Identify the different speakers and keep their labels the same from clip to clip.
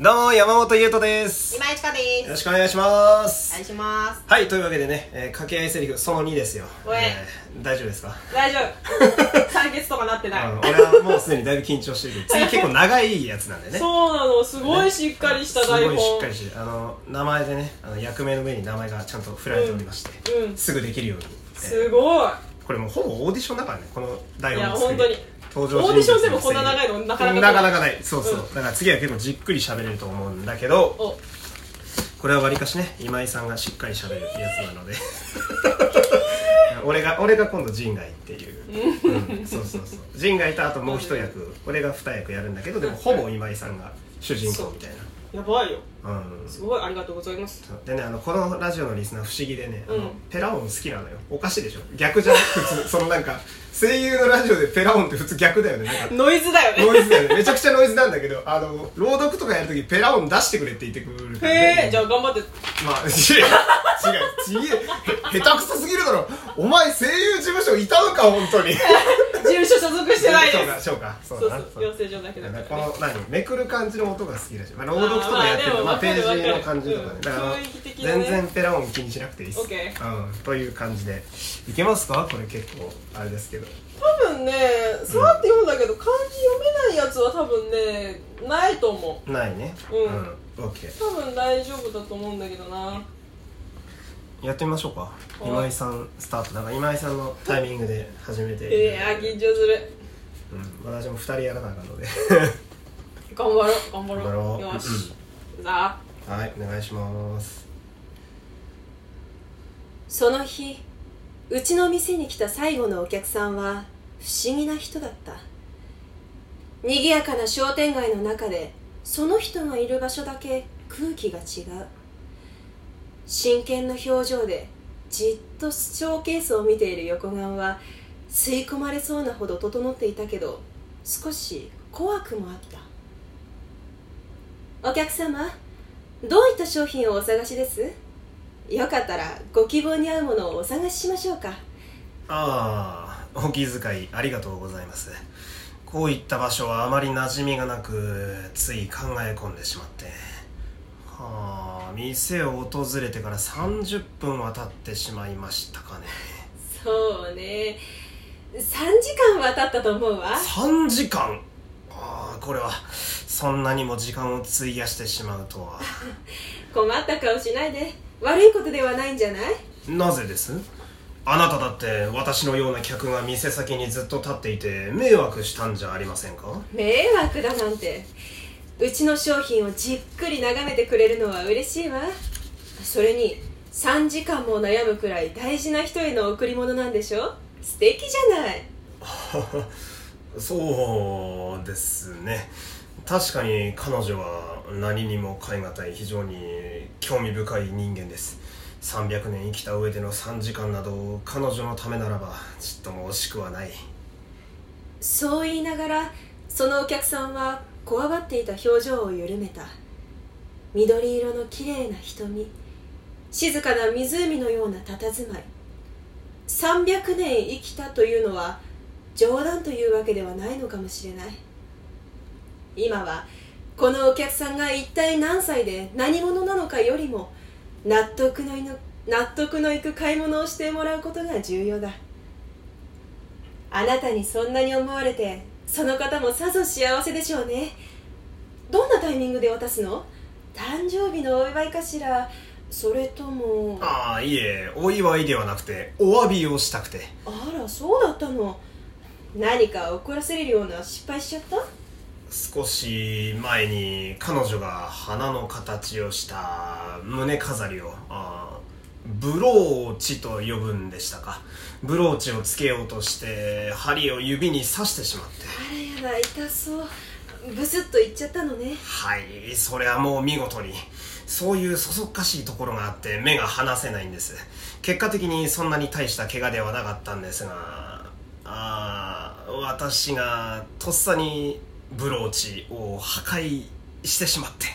Speaker 1: どうも、山本優斗です。よ
Speaker 2: 今井ちかです
Speaker 1: ろしくお願いしま
Speaker 2: お
Speaker 1: す
Speaker 2: 願い。します
Speaker 1: はい、というわけでね、えー掛け合いセリフその2ですよ。
Speaker 2: おい
Speaker 1: ー大丈夫ですか
Speaker 2: 大丈 夫酸欠とかなってない
Speaker 1: あの俺はもうすでにだいぶ緊張してる けど、次結構長いやつなんでね。
Speaker 2: そうなのすごいしっかりした台
Speaker 1: す
Speaker 2: 本、
Speaker 1: ごいしっかりしてるあの名前でねあの役名の上に名前がちゃんと振られておりまして、
Speaker 2: うんうん
Speaker 1: すぐできるように、え
Speaker 2: すごい
Speaker 1: ーこれもうほぼオーディションだからねこの台本の
Speaker 2: いや本当に
Speaker 1: 登
Speaker 2: オーディションでもこんな長いの
Speaker 1: な
Speaker 2: な
Speaker 1: か
Speaker 2: かなか
Speaker 1: な
Speaker 2: ないい
Speaker 1: なかないそうそう、
Speaker 2: うん
Speaker 1: だから次は結構じっくり喋れると思うんだけど
Speaker 2: お
Speaker 1: これはわりかしね今井さんがしっかり喋るやつなので俺が俺が今度陣外っていう、うん、そうそうそう陣外とあともう一役俺が二役やるんだけどでもほぼ今井さんが主人公みたい
Speaker 2: やばいよ
Speaker 1: なうん
Speaker 2: すごいありがとうございます
Speaker 1: そうでねあのこのラジオのリスナー不思議でね、あの
Speaker 2: うん
Speaker 1: ペラオン好きなのよおかしいでしょ逆じゃん普通そのなんか声優のラジオでペラオンって普通逆だよねなんか
Speaker 2: ノイズだよね
Speaker 1: ノイズだよねめちゃくちゃノイズなんだけどあの朗読とかやるときペラオン出してくれって言ってくるから、ね、
Speaker 2: へえじゃあ頑張って
Speaker 1: まあ 違う違う違うへ下手くそすぎるだろお前声優事務所いたのか本 当に
Speaker 2: 事務所所属してない
Speaker 1: そう
Speaker 2: で
Speaker 1: か
Speaker 2: す
Speaker 1: そうかそ
Speaker 2: そうう
Speaker 1: だな
Speaker 2: そう養成所だけだ
Speaker 1: だ
Speaker 2: か
Speaker 1: からら
Speaker 2: ね
Speaker 1: この何めくる感じの音が好きだし、まあ、朗読とかやってる
Speaker 2: あ
Speaker 1: と、
Speaker 2: ー
Speaker 1: ま
Speaker 2: まあ
Speaker 1: あ、ペ
Speaker 2: でも
Speaker 1: ージの
Speaker 2: わか
Speaker 1: 感
Speaker 2: る
Speaker 1: じとかねだから
Speaker 2: うん雰囲気的な
Speaker 1: 全
Speaker 2: ね
Speaker 1: 然ペラ音気にしなくていいです、
Speaker 2: オッケ
Speaker 1: うん、という感じでいけますかこれ結構あれですけど
Speaker 2: 多分ねそうやって読んだけど漢字読めないやつは多分ねないと思う
Speaker 1: ないね
Speaker 2: うん
Speaker 1: オッケ
Speaker 2: 多分大丈夫だと思うんだけどな
Speaker 1: ーやってみましょうか
Speaker 2: はい
Speaker 1: 今井さんスタートだから今井さんのタイミングで始めて
Speaker 2: いや緊張する
Speaker 1: うん、私も2人やらなあかんので
Speaker 2: 頑張ろう頑張ろう
Speaker 1: 頑張ろう
Speaker 2: よし、さあ
Speaker 1: はいお願いします
Speaker 3: その日うちの店に来た最後のお客さんは不思議な人だった賑やかな商店街の中でその人がいる場所だけ空気が違う真剣な表情でじっとショーケースを見ている横顔は吸い込まれそうなほど整っていたけど少し怖くもあったお客様どういった商品をお探しですよかったらご希望に合うものをお探ししましょうか
Speaker 1: ああお気遣いありがとうございますこういった場所はあまり馴染みがなくつい考え込んでしまってはあ店を訪れてから30分は経ってしまいましたかね
Speaker 3: そうね3時間は経ったと思うわ
Speaker 1: 3時間ああこれはそんなにも時間を費やしてしまうとは
Speaker 3: 困った顔しないで悪いことではないんじゃない
Speaker 1: なぜですあなただって私のような客が店先にずっと立っていて迷惑したんじゃありませんか
Speaker 3: 迷惑だなんてうちの商品をじっくり眺めてくれるのは嬉しいわそれに3時間も悩むくらい大事な人への贈り物なんでしょ素敵じゃない
Speaker 1: そうですね確かに彼女は何にも代え難い非常に興味深い人間です300年生きた上での3時間など彼女のためならばちっとも惜しくはない
Speaker 3: そう言いながらそのお客さんはこわばっていた表情を緩めた緑色のきれいな瞳静かな湖のような佇まい300年生きたというのは冗談というわけではないのかもしれない今はこのお客さんが一体何歳で何者なのかよりも納得のいの納得のいく買い物をしてもらうことが重要だあなたにそんなに思われてその方もさぞ幸せでしょうねどんなタイミングで渡すの誕生日のお祝いかしらそれともあ
Speaker 1: ああいえお祝いではなくてお詫びをしたくて
Speaker 3: らそうだったの何か怒らせれるような失敗しちゃった
Speaker 1: 少し前に彼女が花の形をした胸飾りをあーブローチと呼ぶんでしたかブローチをつけようとして針を指に刺してしまって
Speaker 3: あらやだ痛そうブスッといっちゃったのね
Speaker 1: はいそれはもう見事にそういうそそっかしいところがあって目が離せないんです結果的にそんなに大した怪我ではなかったんですがああ私がとっさにブローチを破壊してしまって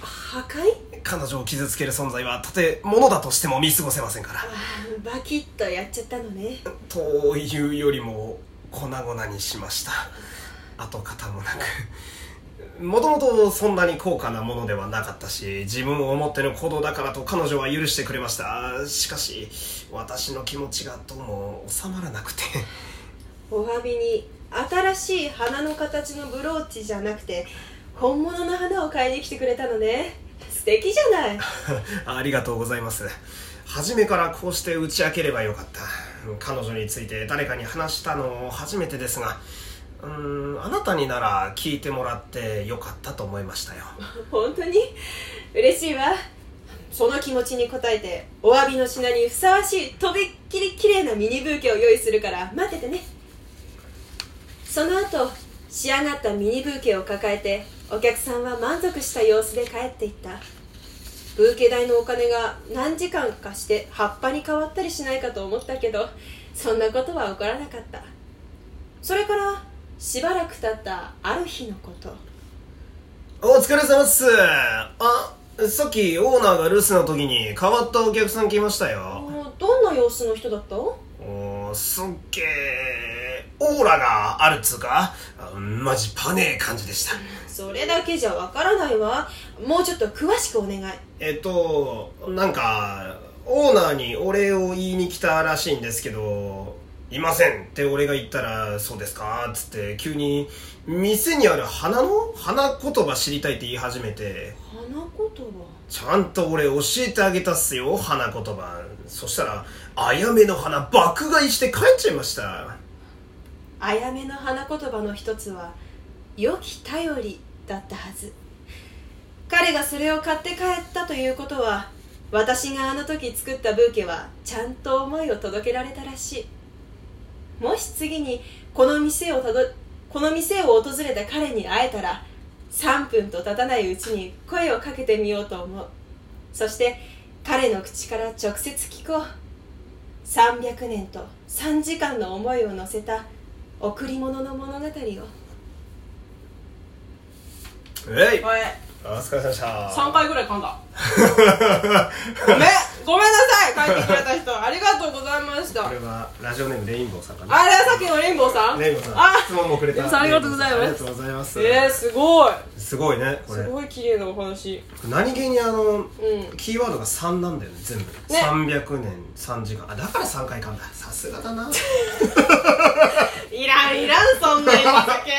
Speaker 3: 破壊
Speaker 1: 彼女を傷つける存在はとてものだとしても見過ごせませんから
Speaker 3: あーバキッとやっちゃったのね
Speaker 1: というよりも粉々にしました跡形もなくもともとそんなに高価なものではなかったし自分を思っての行動だからと彼女は許してくれましたしかし私の気持ちがどうも収まらなくて
Speaker 3: お詫びに新しい花の形のブローチじゃなくて本物の花を買いに来てくれたのね素敵じゃない
Speaker 1: ありがとうございます初めからこうして打ち明ければよかった彼女について誰かに話したの初めてですがうーんあなたになら聞いてもらってよかったと思いましたよ
Speaker 3: 本当に嬉しいわその気持ちに応えてお詫びの品にふさわしいとびっきり綺麗なミニブーケを用意するから待っててねその後仕上がったミニブーケを抱えてお客さんは満足した様子で帰っていったブーケ代のお金が何時間かして葉っぱに変わったりしないかと思ったけどそんなことは起こらなかったそれからしばらく経ったある日のこと
Speaker 1: お疲れ様っすあさっきオーナーが留守の時に変わったお客さん来ましたよ
Speaker 3: もうどんな様子の人だった
Speaker 1: おーすっげえオーラがあるっつうかあマジパネえ感じでした
Speaker 3: それだけじゃわからないわもうちょっと詳しくお願い
Speaker 1: えっとなんかオーナーにお礼を言いに来たらしいんですけど「いません」って俺が言ったら「そうですか」っつって急に店にある花の花言葉知りたいって言い始めて
Speaker 3: 花言葉
Speaker 1: ちゃんと俺教えてあげたっすよ花言葉そしたらあやめの花爆買いして帰っちゃいました
Speaker 3: あやめの花言葉の一つは「良き頼り」だったはず彼がそれを買って帰ったということは私があの時作ったブーケはちゃんと思いを届けられたらしいもし次にこの店をたどこの店を訪れた彼に会えたら3分と経たないうちに声をかけてみようと思うそして彼の口から直接聞こう300年と3時間の思いを乗せた贈り物の物語を
Speaker 1: えい
Speaker 2: おい
Speaker 1: お疲れ様でした
Speaker 2: 3回ぐらい噛ん だごめんごめんなさい帰ってくれた人ありがとうございました
Speaker 1: これはラジオネームレインボーさんかな
Speaker 2: あれはさっきのレインボーさん
Speaker 1: レインボーさ
Speaker 2: あ
Speaker 1: ん質問もくれ
Speaker 2: レインボ
Speaker 1: た
Speaker 2: ーさんありがとうございます
Speaker 1: ありがとうございます
Speaker 2: えー、すごい
Speaker 1: すごいねこれ
Speaker 2: すごい綺麗なお話
Speaker 1: 何気にあの
Speaker 2: うん
Speaker 1: キーワードが3なんだよね全部300年3時間あだから3回かんださすがだな
Speaker 2: いらんいらんそんな今酒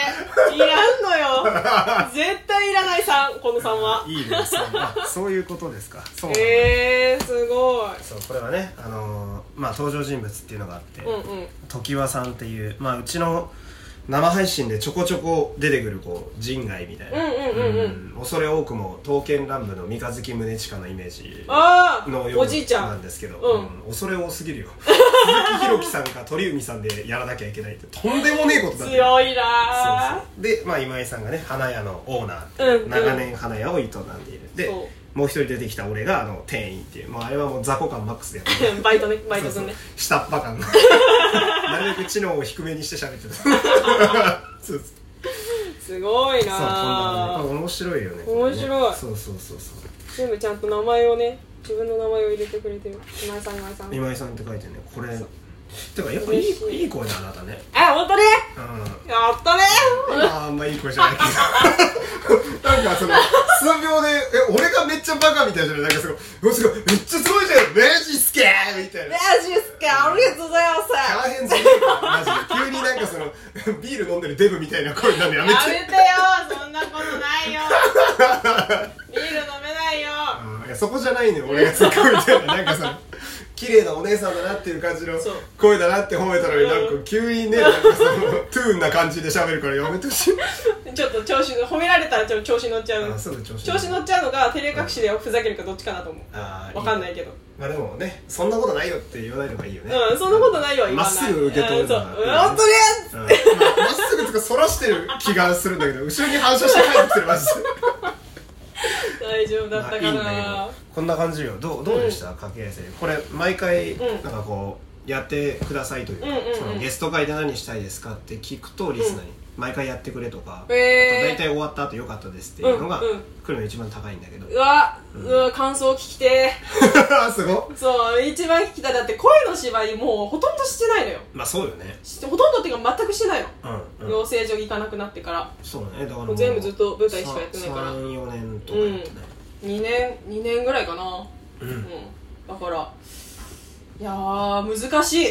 Speaker 2: いらんのよ絶対いらないさんこのさん はい
Speaker 1: いねそうあそういうことですかそうなんだ
Speaker 2: えー、すごい
Speaker 1: そうこれはね、あのーまあ、登場人物っていうのがあって、
Speaker 2: うんうん
Speaker 1: 常盤さんっていう、まあ、うちの生配信でちょこちょこ出てくるこう人外みたいな、
Speaker 2: うんうんうんうん
Speaker 1: うん恐れ多くも刀剣乱舞の三日月宗近のイメージ
Speaker 2: あ
Speaker 1: の
Speaker 2: あ
Speaker 1: よう
Speaker 2: おじいちゃ
Speaker 1: なん
Speaker 2: ん
Speaker 1: ですけど、
Speaker 2: うん
Speaker 1: うん恐れ多すぎるよ鈴木宏樹さんか鳥海さんでやらなきゃいけないってとんでもねえことだって
Speaker 2: 強い
Speaker 1: そう
Speaker 2: な
Speaker 1: そうで、まあ、今井さんがね花屋のオーナーって
Speaker 2: うんうん
Speaker 1: 長年花屋を営んでいるで
Speaker 2: そ
Speaker 1: もう一人出てきた俺があの店員っていう、まあ、あれはもう雑魚感マックスでやってる
Speaker 2: ーバイトね バイト
Speaker 1: そ
Speaker 2: す
Speaker 1: うそ
Speaker 2: ん
Speaker 1: う
Speaker 2: ね
Speaker 1: 下っ 端感がなるべく知能を低めにして喋ってたそうそうそう
Speaker 2: すごい
Speaker 1: こんな
Speaker 2: な
Speaker 1: のね面白いよね
Speaker 2: 面白い
Speaker 1: そうそうそうそう
Speaker 2: 全部ちゃんと名前をね自分の名前を入れてくれてる今井さん今井さん
Speaker 1: 今井さんって書いてるねこれてかやっぱい
Speaker 2: 嬉しい
Speaker 1: いいい声だなあなたね
Speaker 2: あ本当ね
Speaker 1: うん
Speaker 2: やったね
Speaker 1: あんまいい声じゃないけどなんかその数秒でえ俺がめっちゃバカみたいじゃないなんかすごいすごいめっちゃすごいじゃんマジっすけーみたいな
Speaker 2: マジっすかありがとうござい
Speaker 1: キャ
Speaker 2: ま
Speaker 1: ラ変じゃねえからマジで急になんかそのビール飲んでるデブみたいな声になるのやめて
Speaker 2: すやめてよそんなことないよビール飲め ないよ
Speaker 1: いやそこじゃないのよ俺がすごいみたいななんかさ綺麗なお姉さんだなっていう感じの
Speaker 2: そう
Speaker 1: 声だなって褒めたのになんか急にねなんかそのトゥーンな感じで喋るからやめてほしい
Speaker 2: ちょっと調子の褒められたらちょっと調子乗っちゃう
Speaker 1: あすぐ調子
Speaker 2: 調子乗っちゃうのが照れ隠しでふざけるかどっちかなと思
Speaker 1: あ
Speaker 2: うわかんないいけど
Speaker 1: まあでもねそんなことないよって言わないのがいいよね
Speaker 2: うんそんなことないよ言わ
Speaker 1: まっ
Speaker 2: ない
Speaker 1: すぐ受け止め
Speaker 2: うん
Speaker 1: る
Speaker 2: そ
Speaker 1: の
Speaker 2: う
Speaker 1: が
Speaker 2: うん本当ね
Speaker 1: うんまあまっすぐとかそらしてる気がするんだけど後ろに反射して帰ってきてるマジで
Speaker 2: 大丈夫 だっ
Speaker 1: まあ
Speaker 2: た
Speaker 1: いい
Speaker 2: か
Speaker 1: んだけ
Speaker 2: な
Speaker 1: どこんな感じよどうどうでした、家計生これ毎回なんかこうやってくださいというか、
Speaker 2: うんうんうん
Speaker 1: そのゲスト会で何したいですかって聞くとリスナーに、毎回やってくれとか、あと
Speaker 3: へ
Speaker 1: 大体
Speaker 3: え
Speaker 1: 終わった後良かったですっていうのが、
Speaker 3: うんうん
Speaker 1: 来るの一番高いんだけど
Speaker 3: うわうわ感想聞きて
Speaker 1: すご
Speaker 3: ーそう一番聞きたいだって声の芝居もうほとんどしてないのよ
Speaker 1: まあそうよね
Speaker 3: してほとんどっていうか全くしてないの、
Speaker 1: うん、うん、
Speaker 3: 養成所行かなくなってから
Speaker 1: そうねだから
Speaker 3: もう全部ずっと舞台しかやってないから
Speaker 1: 34年とかやってない
Speaker 3: 2年2年ぐらいかな
Speaker 1: うん、
Speaker 3: うんだからいやー難しい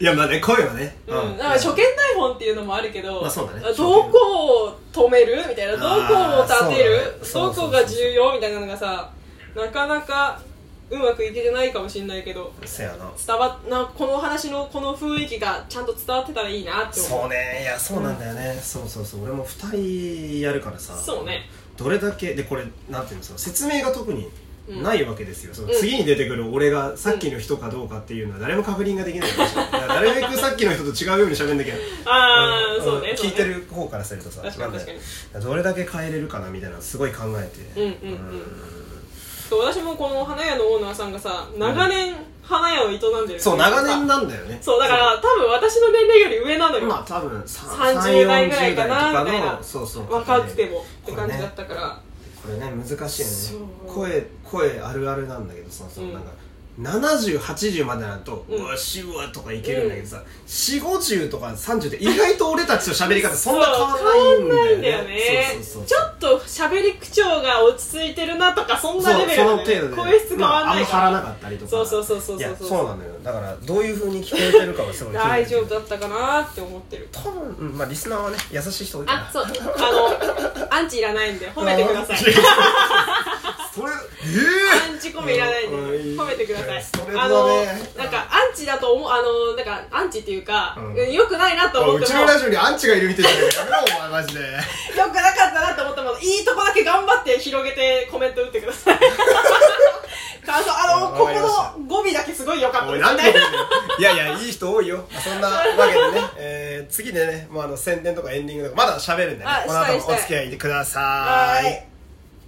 Speaker 1: いやまあね声はね
Speaker 3: うん、だから初見台本っていうのもあるけど、
Speaker 1: まあそうだね
Speaker 3: どこを止めるみたいなどこを立てる
Speaker 1: あーそうだね
Speaker 3: どこが重要みたいなのがさなかなかうまくいけてないかもしれないけど
Speaker 1: せやな
Speaker 3: 伝わっなこの話のこの雰囲気がちゃんと伝わってたらいいなって思う
Speaker 1: そうねいやそうなんだよね、そうそうそう俺も2人やるからさ
Speaker 3: そうね
Speaker 1: どれだけでこれなんていうんですか説明が特に
Speaker 3: うん
Speaker 1: ないわけですよ、その
Speaker 3: うん
Speaker 1: 次に出てくる俺がさっきの人かどうかっていうのは誰も確認ができないでしょ、だからなるべくさっきの人と違うように喋んなきゃ
Speaker 3: ああ
Speaker 1: ん
Speaker 3: そうね
Speaker 1: ん
Speaker 3: そう
Speaker 1: 聞
Speaker 3: ね
Speaker 1: いてる方からするとさ
Speaker 3: 確かに
Speaker 1: なんだ
Speaker 3: 確かに
Speaker 1: よどれだけ変えれるかなみたいなのすごい考えて
Speaker 3: うんうんうんそう私もこの花屋のオーナーさんがさ長年花屋を営んでるってい
Speaker 1: そう長年
Speaker 3: さ
Speaker 1: なんだよね
Speaker 3: そうだから多分私の年齢より上なのよ、
Speaker 1: まあ多分さ
Speaker 3: 30代ぐらいかな
Speaker 1: 30代と
Speaker 3: みたい
Speaker 1: か
Speaker 3: な
Speaker 1: のそうそう
Speaker 3: 若くてもって感じだったから、
Speaker 1: これね難しいよね
Speaker 3: そう
Speaker 1: 声声あるあるなんだけどさその
Speaker 3: うん
Speaker 1: なんか7080までなると「
Speaker 3: うん
Speaker 1: うわしわ」とかいけるんだけどさ4050とか30って意外と俺たちと喋り方そんな変わんないんだよね
Speaker 3: そ
Speaker 1: そううそうそう
Speaker 3: 変わんないんだよねちょっと喋り口調が落ち着いてるなとかそんなレベル
Speaker 1: そう
Speaker 3: だ
Speaker 1: そ
Speaker 3: よ
Speaker 1: の
Speaker 3: ね
Speaker 1: 程度で
Speaker 3: 声質変わんないか
Speaker 1: まあ、
Speaker 3: ら、
Speaker 1: あんま張らなかったりとか
Speaker 3: そうそうそうそう
Speaker 1: いや
Speaker 3: そう
Speaker 1: そうなのよだからどういうふうに聞こえてるかはすごい気になる
Speaker 3: 大丈夫だったかなって思ってる
Speaker 1: 多分うんまあリスナーはね優しい人多いから
Speaker 3: あそうあのアンチいらないんで褒めてく ださい
Speaker 1: それ
Speaker 3: ア
Speaker 1: え
Speaker 3: ンチコメいらないんで
Speaker 1: うん
Speaker 3: 褒めてください
Speaker 1: それ
Speaker 3: あ
Speaker 1: は
Speaker 3: の
Speaker 1: ね
Speaker 3: なんかアンチだと思うあのなんかアンチっていうか、
Speaker 1: うん
Speaker 3: よくないなと
Speaker 1: え
Speaker 3: 思っ
Speaker 1: う
Speaker 3: て
Speaker 1: ち
Speaker 3: も
Speaker 1: の
Speaker 3: よ
Speaker 1: ラジオにアンチがいるみたいじゃないやめろお前マジで
Speaker 3: くなかったなと思ってもいいとこだけ頑張って広げてコメント打ってくだ さい感想あの
Speaker 1: わ
Speaker 3: こ
Speaker 1: かりました
Speaker 3: この語尾だけすごい良かった
Speaker 1: おい
Speaker 3: で
Speaker 1: な
Speaker 3: す
Speaker 1: んで
Speaker 3: ね
Speaker 1: いやいやいい人多いよそんなわけでね、えー次でね、まあ、あの宣伝とかエンディングとかまだ喋るんでね
Speaker 3: あ
Speaker 1: この後も
Speaker 3: したいしたい
Speaker 1: お付き合いください
Speaker 3: はーい